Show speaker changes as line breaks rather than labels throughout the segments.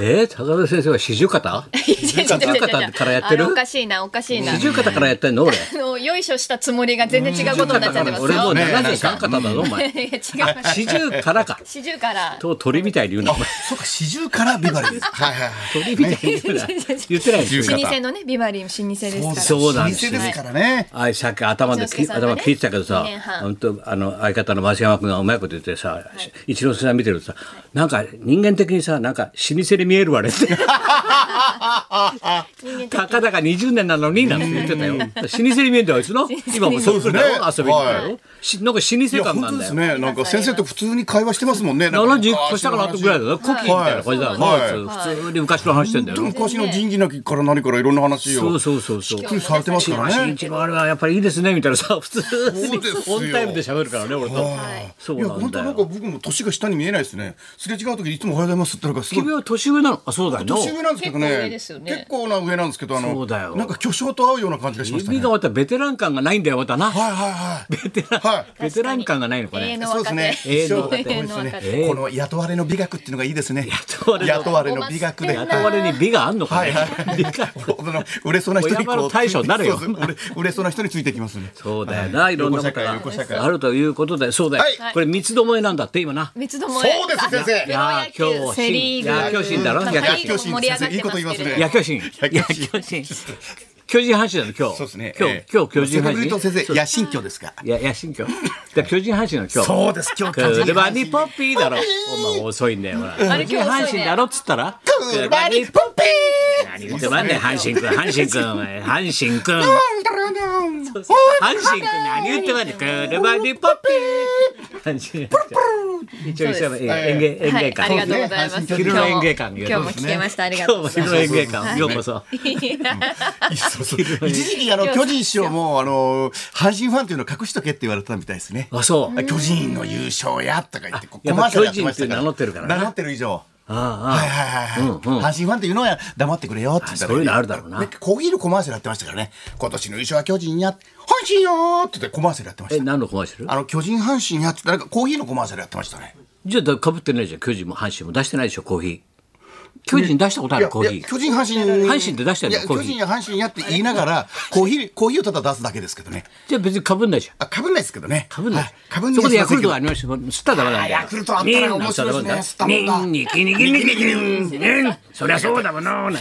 えー、高田先生は四十肩
四
十肩からやってる
おかしいなおかしいな
四十肩からやってんの俺。
あのよいしょしたつもりが全然違うことになっちゃってますよ
俺もう
い
ね
七十三肩だぞ、お前。
や違う
四十からか。
四十から
と鳥みたいに言うな、お前。
そうか、四十からビバリーです。はいはいはい。
鳥みたいに言うな。言ってないですよ
四十
老舗のねビバリーも老舗ですから
そうなんで
老舗ですす
よ
からね。
あいさっき頭でき、
一之輔さんがね
頭聞いてたけどさ
二年、半
本当あの相方の増山君がうまいこと言ってさ、一之輔さん見てるとさ、なんか人間的にさ、なんか老舗に見えるわねって。たかだか20年なのになんて言ってたよ。老舗に見えるんだよあいつの。今もそうするだろ遊びに行くだ
は
ろ。しなんか老舗感なんだよ。
ね。なんか先生と普通に会話してますもんね。なんか
70個したから後ぐらいだよ。コッキーみたいな感じだよ
はい
もう普通に昔の話してんだよ。
昔の人事なきから何からいろんな話を。
そうそうそうそう。
びっくりされてますから
新
ね。
一のあれはやっぱりいいですねみたいなさ普通に
そうですよ
オンタイムで喋るからね俺と、そ
いうや
なん
本
だ
当なんか
よ
僕も年が下に見えないですね。すれ違う時いつもおはようございますって言ったらすごい
君は年上なのあそうだよ
年上なんですけど
結構上
ね。
ですよね
結構な上なんですけどあ
そ
の
うだよ
なんか巨匠と合うような感じがしました
指
ね。
が
はい
またベテラン感がないんだよまたな
はいはい。
ベテラン、
はい
ベテラン感がないのこ
永遠
れ
の
そうで
若
す
手、
ね。
永遠の若手
そうです
永遠
ね
の若
手
この雇われの美学っていうのがいいですね。
雇われの
雇われの美学で。
雇
雇われに美があんのか
は
ね、
いはい。
美が
あの売れそうな人に
親バカの対象になれよ
そうです売れ売れそうな人についてきますね。
そうだよな、いろんなこと
旅行社会旅行社会
があるということで、そうだよ、
はい
これ三つどもえなんだって今な。
三つどもえ
そうです先生
い。やー、
プロ野球
今日、
セリーグ
野球心だろ、
うん
野球
野
心
球。心盛り上がってますけれど
いいこと言いますね。
野球心。
野
野
球心
球心。巨人阪神なの今日。
そうですね。
今
ええ
日、今日巨人阪
セレブ
神。
リティ先生、野心教ですか。
いや、野心今日。だから巨人阪神の今日。
そうです今日巨人阪神
車にポッピーだろ。お前遅いんだよ、ほら。
れ
巨人
今日
阪
遅い
神
ね
だろっつったら。
車にポンピー
何言ってまんねん、阪神くん、阪神くん、お前阪神くん。阪神くん、何言ってまんねん、車にポッピー。阪神。一応、一応、ええ園芸、園
は
芸
い、ありが
館。
とうございます。
昼の演芸館
今日も今日も聞けました。ありが
今
と
日
う
も
ござい
昼の演
ます。
芸館、ようこそ。
そうそう一時期あの巨人師匠もあの阪神ファンというのを隠しとけって言われてたみたいですね。
あ、そう。
巨人の優勝やとか言ってこう
やっ
コ
ぱ
マーシャルやってまし
巨人っ
たから。
て名乗ってるからね
名乗ってる以上。
ああ、あ
はいはいはいはい。阪神ファンっていうのは黙ってくれよって言った
あそういうのあるだろうな
ねコーヒーのコマーシャルやってましたからね。今年の優勝は巨人や。阪神よーって言ってコマーシャルやってま
あ。え、
した。
何のコマーシャル
あの巨人阪神やってなんかコーヒーのコマーシャルやってましたね。
じゃあかぶってないじゃん巨人も阪神も出してないでしょコーヒー巨人出したことあ
い
る
や
コーヒ
いや
ー
巨人阪神
阪神って出してんの
いや
コー
巨
ヒー
人や阪神やって言いな がらコーヒーコーヒーをただ出すだけですけどね。
じゃあ別にかぶんないじゃん
あ被んないですけどね。
かぶんない
はい被んない
そこでヤクルトが
は
ありました吸ったらダメなんだよ
あヤクルトあったら面白いですね
ニンニキニキニキニキニキンそりゃそうだもんななんて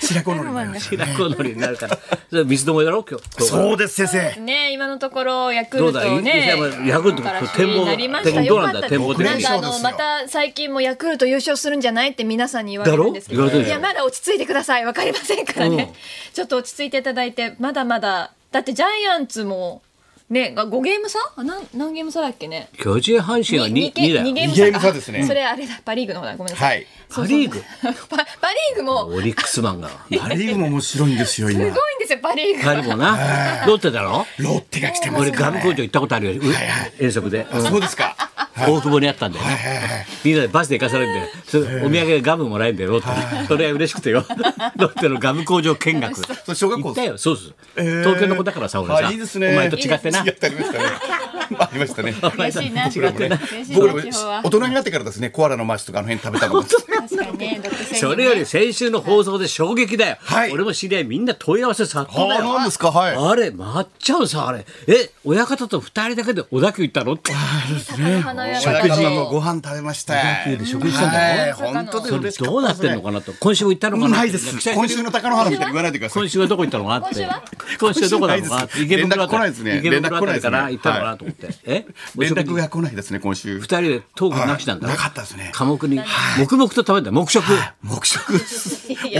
白子のりになりました
白子のりになるからそれ水どもえだろ今日
そうです先生。
ね、今のところヤク
どう
ル
だい
トね
いやヤクルト
から
展望
になりました
展望どうなんだ
よかったです
展望的に
なんかあ
そうで
の
すよ
また最近もヤクルト優勝するんじゃないって皆さんに言われるんですけ
だろ
ど、
言われてる
い
じゃ
や
ん
まだ落ち着いてくださいわかりませんからね、ちょっと落ち着いていただいてまだまだだってジャイアンツもねが5ゲーム差あなん何ゲーム差だっけね。
巨人阪神は 2,
に
2だ
に
よ
ゲーム
二
差
ゲーム差ですね
あ それあれだパリーグの方だごめんなさ。
は いい。
パ・リーグ
パパリーグも
オリックスマンが
パリーグも面白いんですよ
すごい
今
ん。ですよパリーグは。
彼もなロッテだろ
ロッテが来てます
俺
か
ガ
ら
ム
ね。
工場行ったことあるよう
はい
遠足で
あそうですか。
大久保にあったんだよね
はいはい
みんなでバスで行かされるんだよそれお土産でガムもらえるんだよロッテそれは嬉しくてよロッテのガム工場見学
それ小学
行
校
ったよそうです
ー
東京の子だからさ俺さ
あいいです
お
ね
前と違ってな
やってありましたね。 ありましたね。
嬉しいな。
違ってな
嬉しい
僕ら
な
も
地方は
大。人になってからですね、コアラのマーシとかあの辺食べたのも。
確かにね。独占
それより先週の放送で衝撃だよ
はい
俺も知り合いみんな問い合わせ殺到だよ
なんですか、はい。
あれ抹茶をさあれえ親方と二人だけで小田急行ったのって
花屋
小
が
学校のご飯食べました。
食事したんだ
はい本当で
それ
嬉しか
どうなってんのかなと今週も行ったのかな
ないです。
期待
今週の高野原みたいに言わないでください。
今週はどこ行ったのかなって
今週は
今週はどこなのかなって
今週ないです
池袋あ
連絡来
た
ない
り
ですね
池袋あたりから
連
行っ
絡来
たのか
ないですね
なと思ってえお
連
食
絡
事
が来ないですね、今週
二。人でトークなしなんだ
はいなかったですね
寡黙に黙々と食べた黙食
黙食。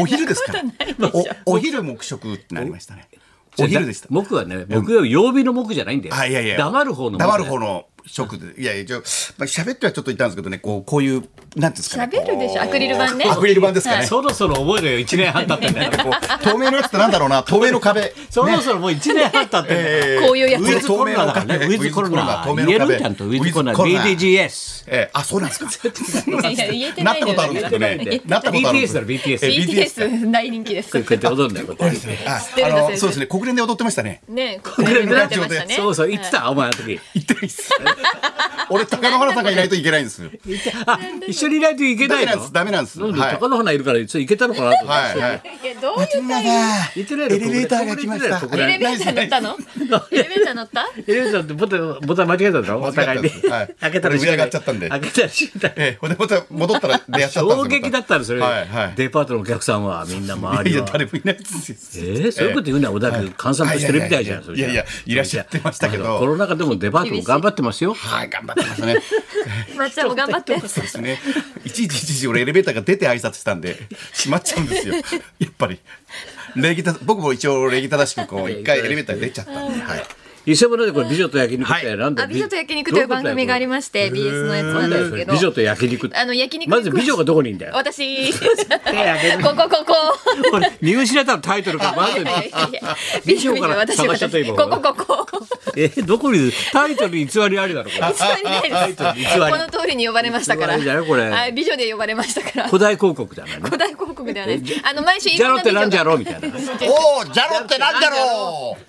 お昼ですから。おお昼黙食ってなりましたね。お昼でした。
黙はね木曜日曜日の黙じゃないんだよ
はい、いやいや。
黙る方の黙
黙る方の食で。いやいや、ちょ、まあ、喋ってはちょっといたんですけどね、こう、こういう、なんていうんですかね。
喋るでしょアクリル板ね
アクリル板ですかね。
そろそろ覚えろよ一年半経ってんだよ
こう透明のやつってなんだろうな、透明の 壁。
そろそろもう一年半経ってんだよ
こういうや
ウ
つ
え
ィ
ー
ズコロナだからねウ
透明の
ィズコロナ
ウィズコロナ
言えるんちゃんとウィズコロナ
ウィズコロナ
BDGS
えーあ、そうなんですか。
いや言えて
な
な
っ
い
たことあるんですけど
言えて
ね。なったことあるんで
BTS
す
だろ BTS
え
BTS 大人気です。
こうやって踊るんだよこうやって
あ
ってるんだ
あの
先生
そうですね、国連で踊ってましたね。
ね、
国連の
出
ラ
ジオで
てましたね
そうそう言ってたお前の時
言ってないっす。俺高野花さんがいないといけないんですよ。
あ一緒にいないといけないの
ダメなんですダメなんです
な
はい
高野花いるからいつ行けたのかなと思って
はいはい。
いやどういう
今だ。
行ってないの
エレベーターが来ました
ここ
エ
で
レ
エ
ベーター乗ったのエレベーター乗った
レベーターってボタンボタン間違えたんだろお互いに
間違えたんですはい
開けたら閉め
上上
な
が
い
っちゃったんで
開けたら閉めない
ええ、ほんでまた戻っ たら出会っちゃったんですよ
衝撃だったんですそれ
はいはい。
デパートのお客さんはみんな周
い
り
や
は
誰もいないです
え
よ。
ー、そういうこと言うな、小田君、閑散としてるみたいじゃん、
はいいやいやいやいやいやいらっしゃってましたけど
それじゃコロナ禍でもデパートも頑張ってますよ。
はい頑張ってましたね。
まっちゃんも頑張って
そうですね。いちいちいちいち俺エレベーターが出て挨拶したんで閉まっちゃうんですよ。やっぱり礼儀た僕も一応礼儀正しくこう一回エレベーターで出ちゃったんで。はい。
伊勢村でこれ美女と焼肉ってなんだ
あ美女と焼肉という番組があり
ま
まして BS のやつなんですけど
美女と焼肉。
あの焼肉
まず美女がどこにいん だよ。
私こ
挙げる
こここ
俺見失ったのタイトルがまず
いやいやいや
美女から
私
探しちゃった
私
今
ここここ
えーどこにタイトルに偽りありだ ろこれ。
偽りないです
タイトル偽り
この通りに呼ばれましたから
偽りだよこれ
はい美女で呼ばれましたから
古代広告だからね。
古代広告ではないですあの毎週い
じゃ
ろ
ろ
んな
って
美
なん
女
じゃ
が
ろみた いな。
おージャロってなんじゃろう。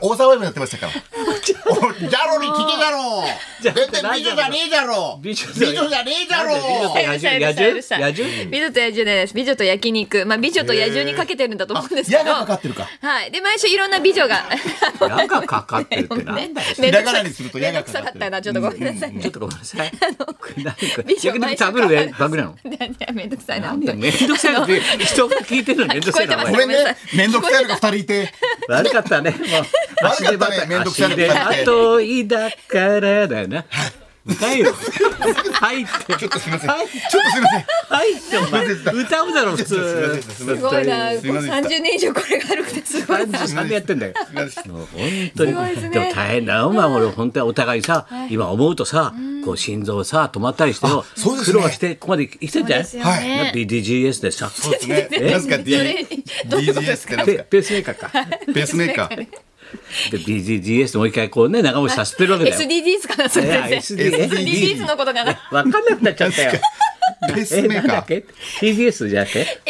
大沢もやってましたから。おジャロに聞けだろう。全然美女じゃねえだろう。
美
美
女
女
だよ
じゃねえ
な
だ
んで美女
ろう
だよ。
うるさ いうるさいうるさい
野獣
美女と野獣です美女と焼肉まあ美女と野獣にかけてるんだと思うんですけど
あ矢がかかってるか
はいで毎週いろんな美女が
矢がかかってるってなんだよ。
ひらがなにすると
め
矢
んど
が
く
か
さ
かってる
かったなちょっとごめんなさい
ちょっとごめんな さい。これ何これ
美女
焼肉食べるね番組なの。
いやい やめんどくさいな
何やめんどく さいのって人が聞いてるのめんどくさいなお
ご
前
めんね。めんどくさいのが二人いて。
悪かったねもう
悪かったねめんどくさいの
で
二人で
後いだからだな歌えよはいって
ちょっとすみません。
はい
ちょっとすみません。
はいってお前
すいません
歌うだろ普通
すいません
すごいな
すいません
三十年以上これがあるってすごいな
33でやってんだよ本当に
すごいですね
でも大変だよまあ俺本当はお互いさ今思うとさこう心臓さ止まったりしても
そうです
苦
ね
労してここまで生きてんじゃない
そうですよね
まあ BDGS でさ
そうですね。なんすか D
それ
DGS ってなんす
ペ
か。
ペースメーカーか
ペースメーカー。
で BDGS でもう一回こうね長押しさせてるわけだよ
SDGs かなそれ
いや
先生
SDGs
SDGs のことかな
分かんなくなっちゃったよ
ペー
え
スメ
な
ー
んだ
カ
っけ TBS じゃなくて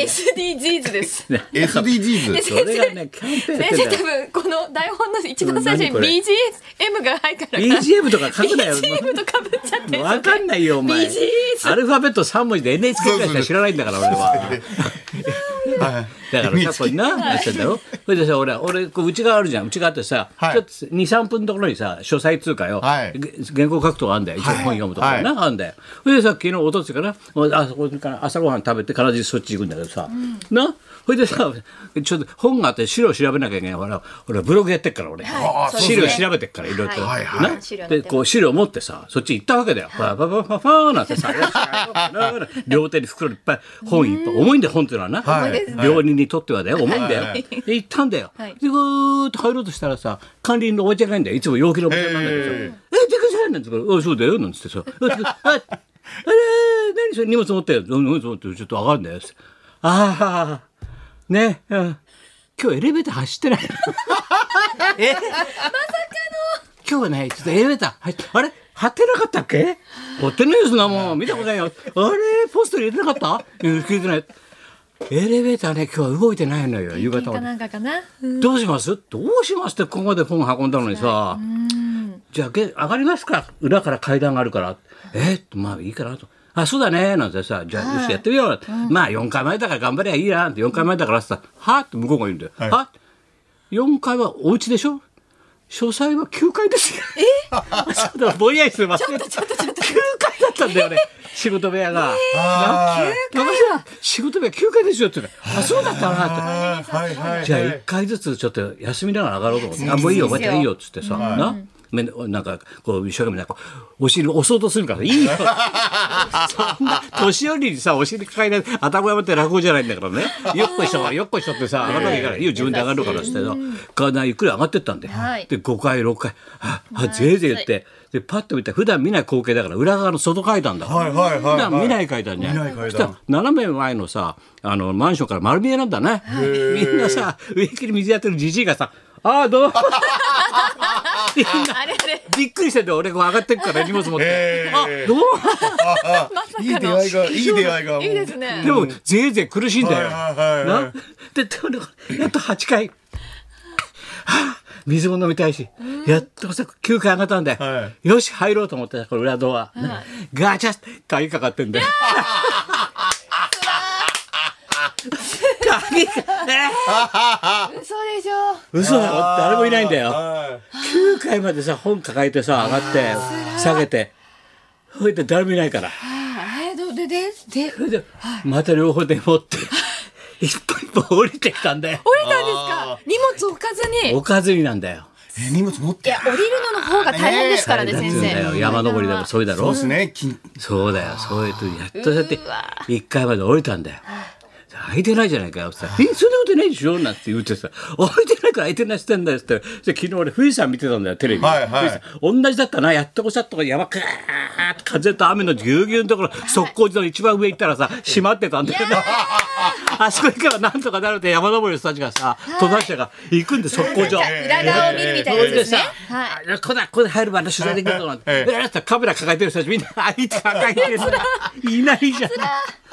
SDGs です
ー。SDGs。
それがねキャンペーンやって
先
んだ
生多
よ
分この台本の一番最初に
これ何
BGM が入るから
BGM とか書くなよ
BGM とかぶっちゃってる
わかんないよお前
BGS
アルファベット3文字で NHK ぐらいしか知らないんだから俺は
はい。
だからさこれななってんだろそれでさ俺は俺こう内側あるじゃん内側ってさ
はい
ちょっと23分のところにさ書斎通貨よ
はい
げ原稿書くとこあんだよ一応本読むとこ
はい
なあんだよそれでさ昨日おとついかなあそこから朝ごはん食べて必ずそっち行くんだけどさなそれでさちょっと本があって資料調べなきゃいけないから俺ブログやってっから俺
はい
あー
資料
そうですね
調べてっからいろいろと
はい
はい
な
資料載
で
ってます
こう資料持ってさそっち行ったわけだよファーファーファーファーファーなんてさよしやろうかな両手に袋いっぱい本いっぱい重いんだよ本っていうのはな
はい
重いですね
病人にとってはだよ重いんだよ、
はい
で行ったんだよ、
はい
でぐーっと入ろうとしたらさ管理人のおばちゃんがいんだよいつも陽気のおばちゃんなんだけどさ「
へ
え
ー
行ってください」なんて言うから「あそうだよ」なんつってさ「あああれ何それ荷物持ってよ荷物持ってちょっと上がるんだよ」っつってああねうん今日エレベーター走ってないえまさかの今日はねちょっとエレベーター入ってあれ貼ってなかったっけ貼ってないですなもう見たことないよあれポストに入れてなかったうん聞いてないエレベーターね今日は動いてないのよ夕方
か
まで
なんかかなうん
どうしますどうしますってここまで本運んだのにさじゃあげ上がりますか裏から階段があるからえっとまあいいかなと。あそうだねなんてさじゃあよしやってみよう、まあ4回前だから頑張りゃいいなって4回前だからってさはって向こうが言うんだよ、
はい
は4階はお家でしょ書斎は9階ですよ。えそうだ、ぼんやりするちょっとちょっとちょっと。9階だったんだよね、仕事部屋が。
あ
高橋さん仕事部屋9階ですよって言うからあ、そうだったなって。
あ。はいはい。
じゃあ1回ずつちょっと休みながら上がろうと思って、あもういいよおばちゃんいいよっつってさ、なめんなんかこう一生懸命なんかお尻押そうとするからいいよそんな年寄りにさお尻抱えない頭山って落語じゃないんだからねよっこいしょよっこいしょってさ上がらなきゃいけないいいよ自分で上がるからっつってさ階段ゆっくり上がってったんで、
はい
で5回6回ああぜいぜい言ってでパッと見たら普段見ない光景だから裏側の外階段だから
はいはいはいはい
普段見ない階段じゃん
見ない階段
そしたら斜め前のさあのマンションから丸見えなんだねみんなさ植木に水やってるじじいがさ「ああどう も」みんな
あれあれ
びっくりしてて俺こう上がってくから荷物持って
へ
「
ー
あどうも」
いい出会いがいい出会いが。
いいです。ね
でもぜいぜい苦しいんだよ。
はいはいはいはい
なででもやっと8回。はあ水も飲みたいし、やっとさ、9階上がったんで、
は
よし、入ろうと思ってた、これ裏ドア。ガチャって鍵かかってんで。鍵か、え
嘘でしょ
ー、嘘だよ。誰もいないんだよ。
は
9階までさ本抱えてさ上がって下げてそれで誰もいないから
あえどででで
それでまた両方で持って一歩一歩降りてきたんだよ
降りたんですか荷物置かずに
おかずになんだよ
いえ荷物持っ
い
て
や降りるのの方が大変ですからね
なん
先
つうんだよ
生
山登りでもそうだ
そう
ろ
ですねき
そうだよそういうとやっとそうやって
うわ
1階まで降りたんだよ開いてないじゃないかよって言ったらえそんなことないでしょ?」なんて言ってさ「開いてないから開いてないしてんだよ」って言ったらで昨日俺富士山見てたんだよテレビ、
はいはい
富士山同じだったなやっとこさっとこ山かーって風と雨のぎゅうぎゅうのところ測候寺の一番上行ったらさ閉まってたんだよね あそこ行けばなんとかなるって山登りの人たちがさ登山者が行くんで測候寺
裏側を見るみたいなやつですね
それでさ
はい
あここだここで入るまで取材できると思って、
え
え
え
らい人カメラ抱えてる人たちみんな相手抱えてる いないじゃ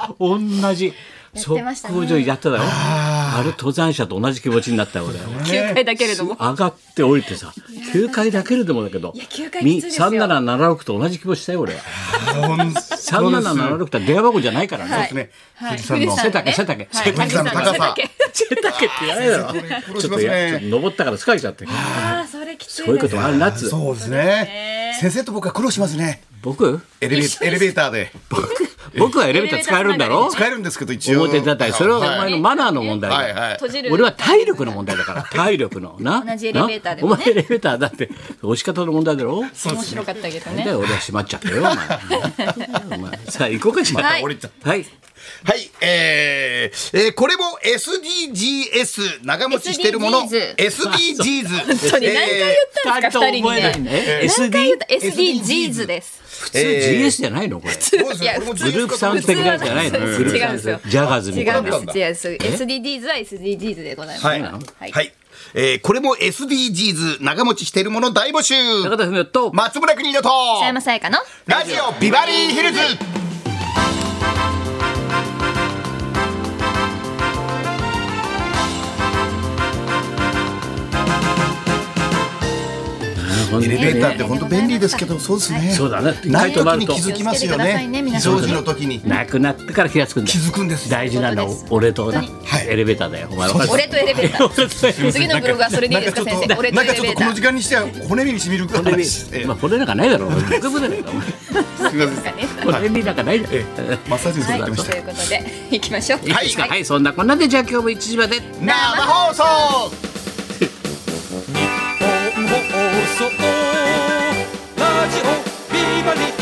ん同じ
ってました
速
ね
攻上やっただろあれ登山者と同じ気持ちになったよ俺
9回だけれども
上がって降りてさ9階だけれどもだけど
いや9階きついですよ
3776と同じ気持ちしたよ俺3776って電話箱じゃないからね、
はい
ね
はい
富士山の
背丈背丈背丈
富士山の高さ
背丈って言わないだろ
これ殺
ち
し
ょっと
ます
やちょっ
ね
と登ったから疲れちゃってこ
ああそれきつ
う
い
いうこと
です
もあるなっつう
そうですね先生と僕は苦労しますね
僕
エレベーエレベーターで
僕はエレベーター使えるんだろ
使えるんですけど一応
表立ったりそれはお前のマナーの問題だ、
はいはい
閉じる
俺は体力の問題だ から体力のな
同じエレベーターでも
な
ね
お前エレベーターだって押し方の問題だろ
面白かったけど
だ
ね
よ俺は閉まっちゃったよお 前お前さあ行こうかしら
は
はいい、
折れちゃっ
はい、
はい、えーえーこれも SDGs 長持ちしてるもの
SDGs
SDGs
本当に何回言ったんですか
ちゃんと
二人
覚えない
にね
ね
何
SD
回言った SDGs です
普通 GS じゃないのこれ
そうです
いや
これも
グループサウンド的なやつじゃないの
普通は
グループ
違
サウ
うん
ン
ですよ
ドジャガーズみ
違
た
う
い
ん
な
です違うんです SDGs は SDGs でございます
はい、
なの
はい、えーこれも SDGs 長持ちしてるもの大募集
高田文夫と
松村邦洋と
北山さやかの
ラジオビバリーヒルズ
本当
エ
に
レ
ね
ベーターって本当便利ですけどそうですね
そうだね
ない時に気づきます
気をつけて
よ
くださいね
ね非
皆さん
常時の時に
なくなってから気がつくんだ
気づくんです
大事なのは
本当です
俺とな
本
はい
エレベーターだよお前分かる
俺とエレベー ター
俺とエレベーター
次のブログはそれでいいですか先生俺と
なん
エ
か
レ
ちょっ
ベー
とこ
タ
の
ー
時間にしては骨にしみる
骨に
話えー
まあ骨なんかないだろう。僕もないだろ
すみません
骨になんかないだろ
えーマッサージに
はい
座ってまし
ということで行きましょう
いいですかはい、そんなこんなでじゃあ今日も1時まで。
た生放送
日本放送ラジオビバリー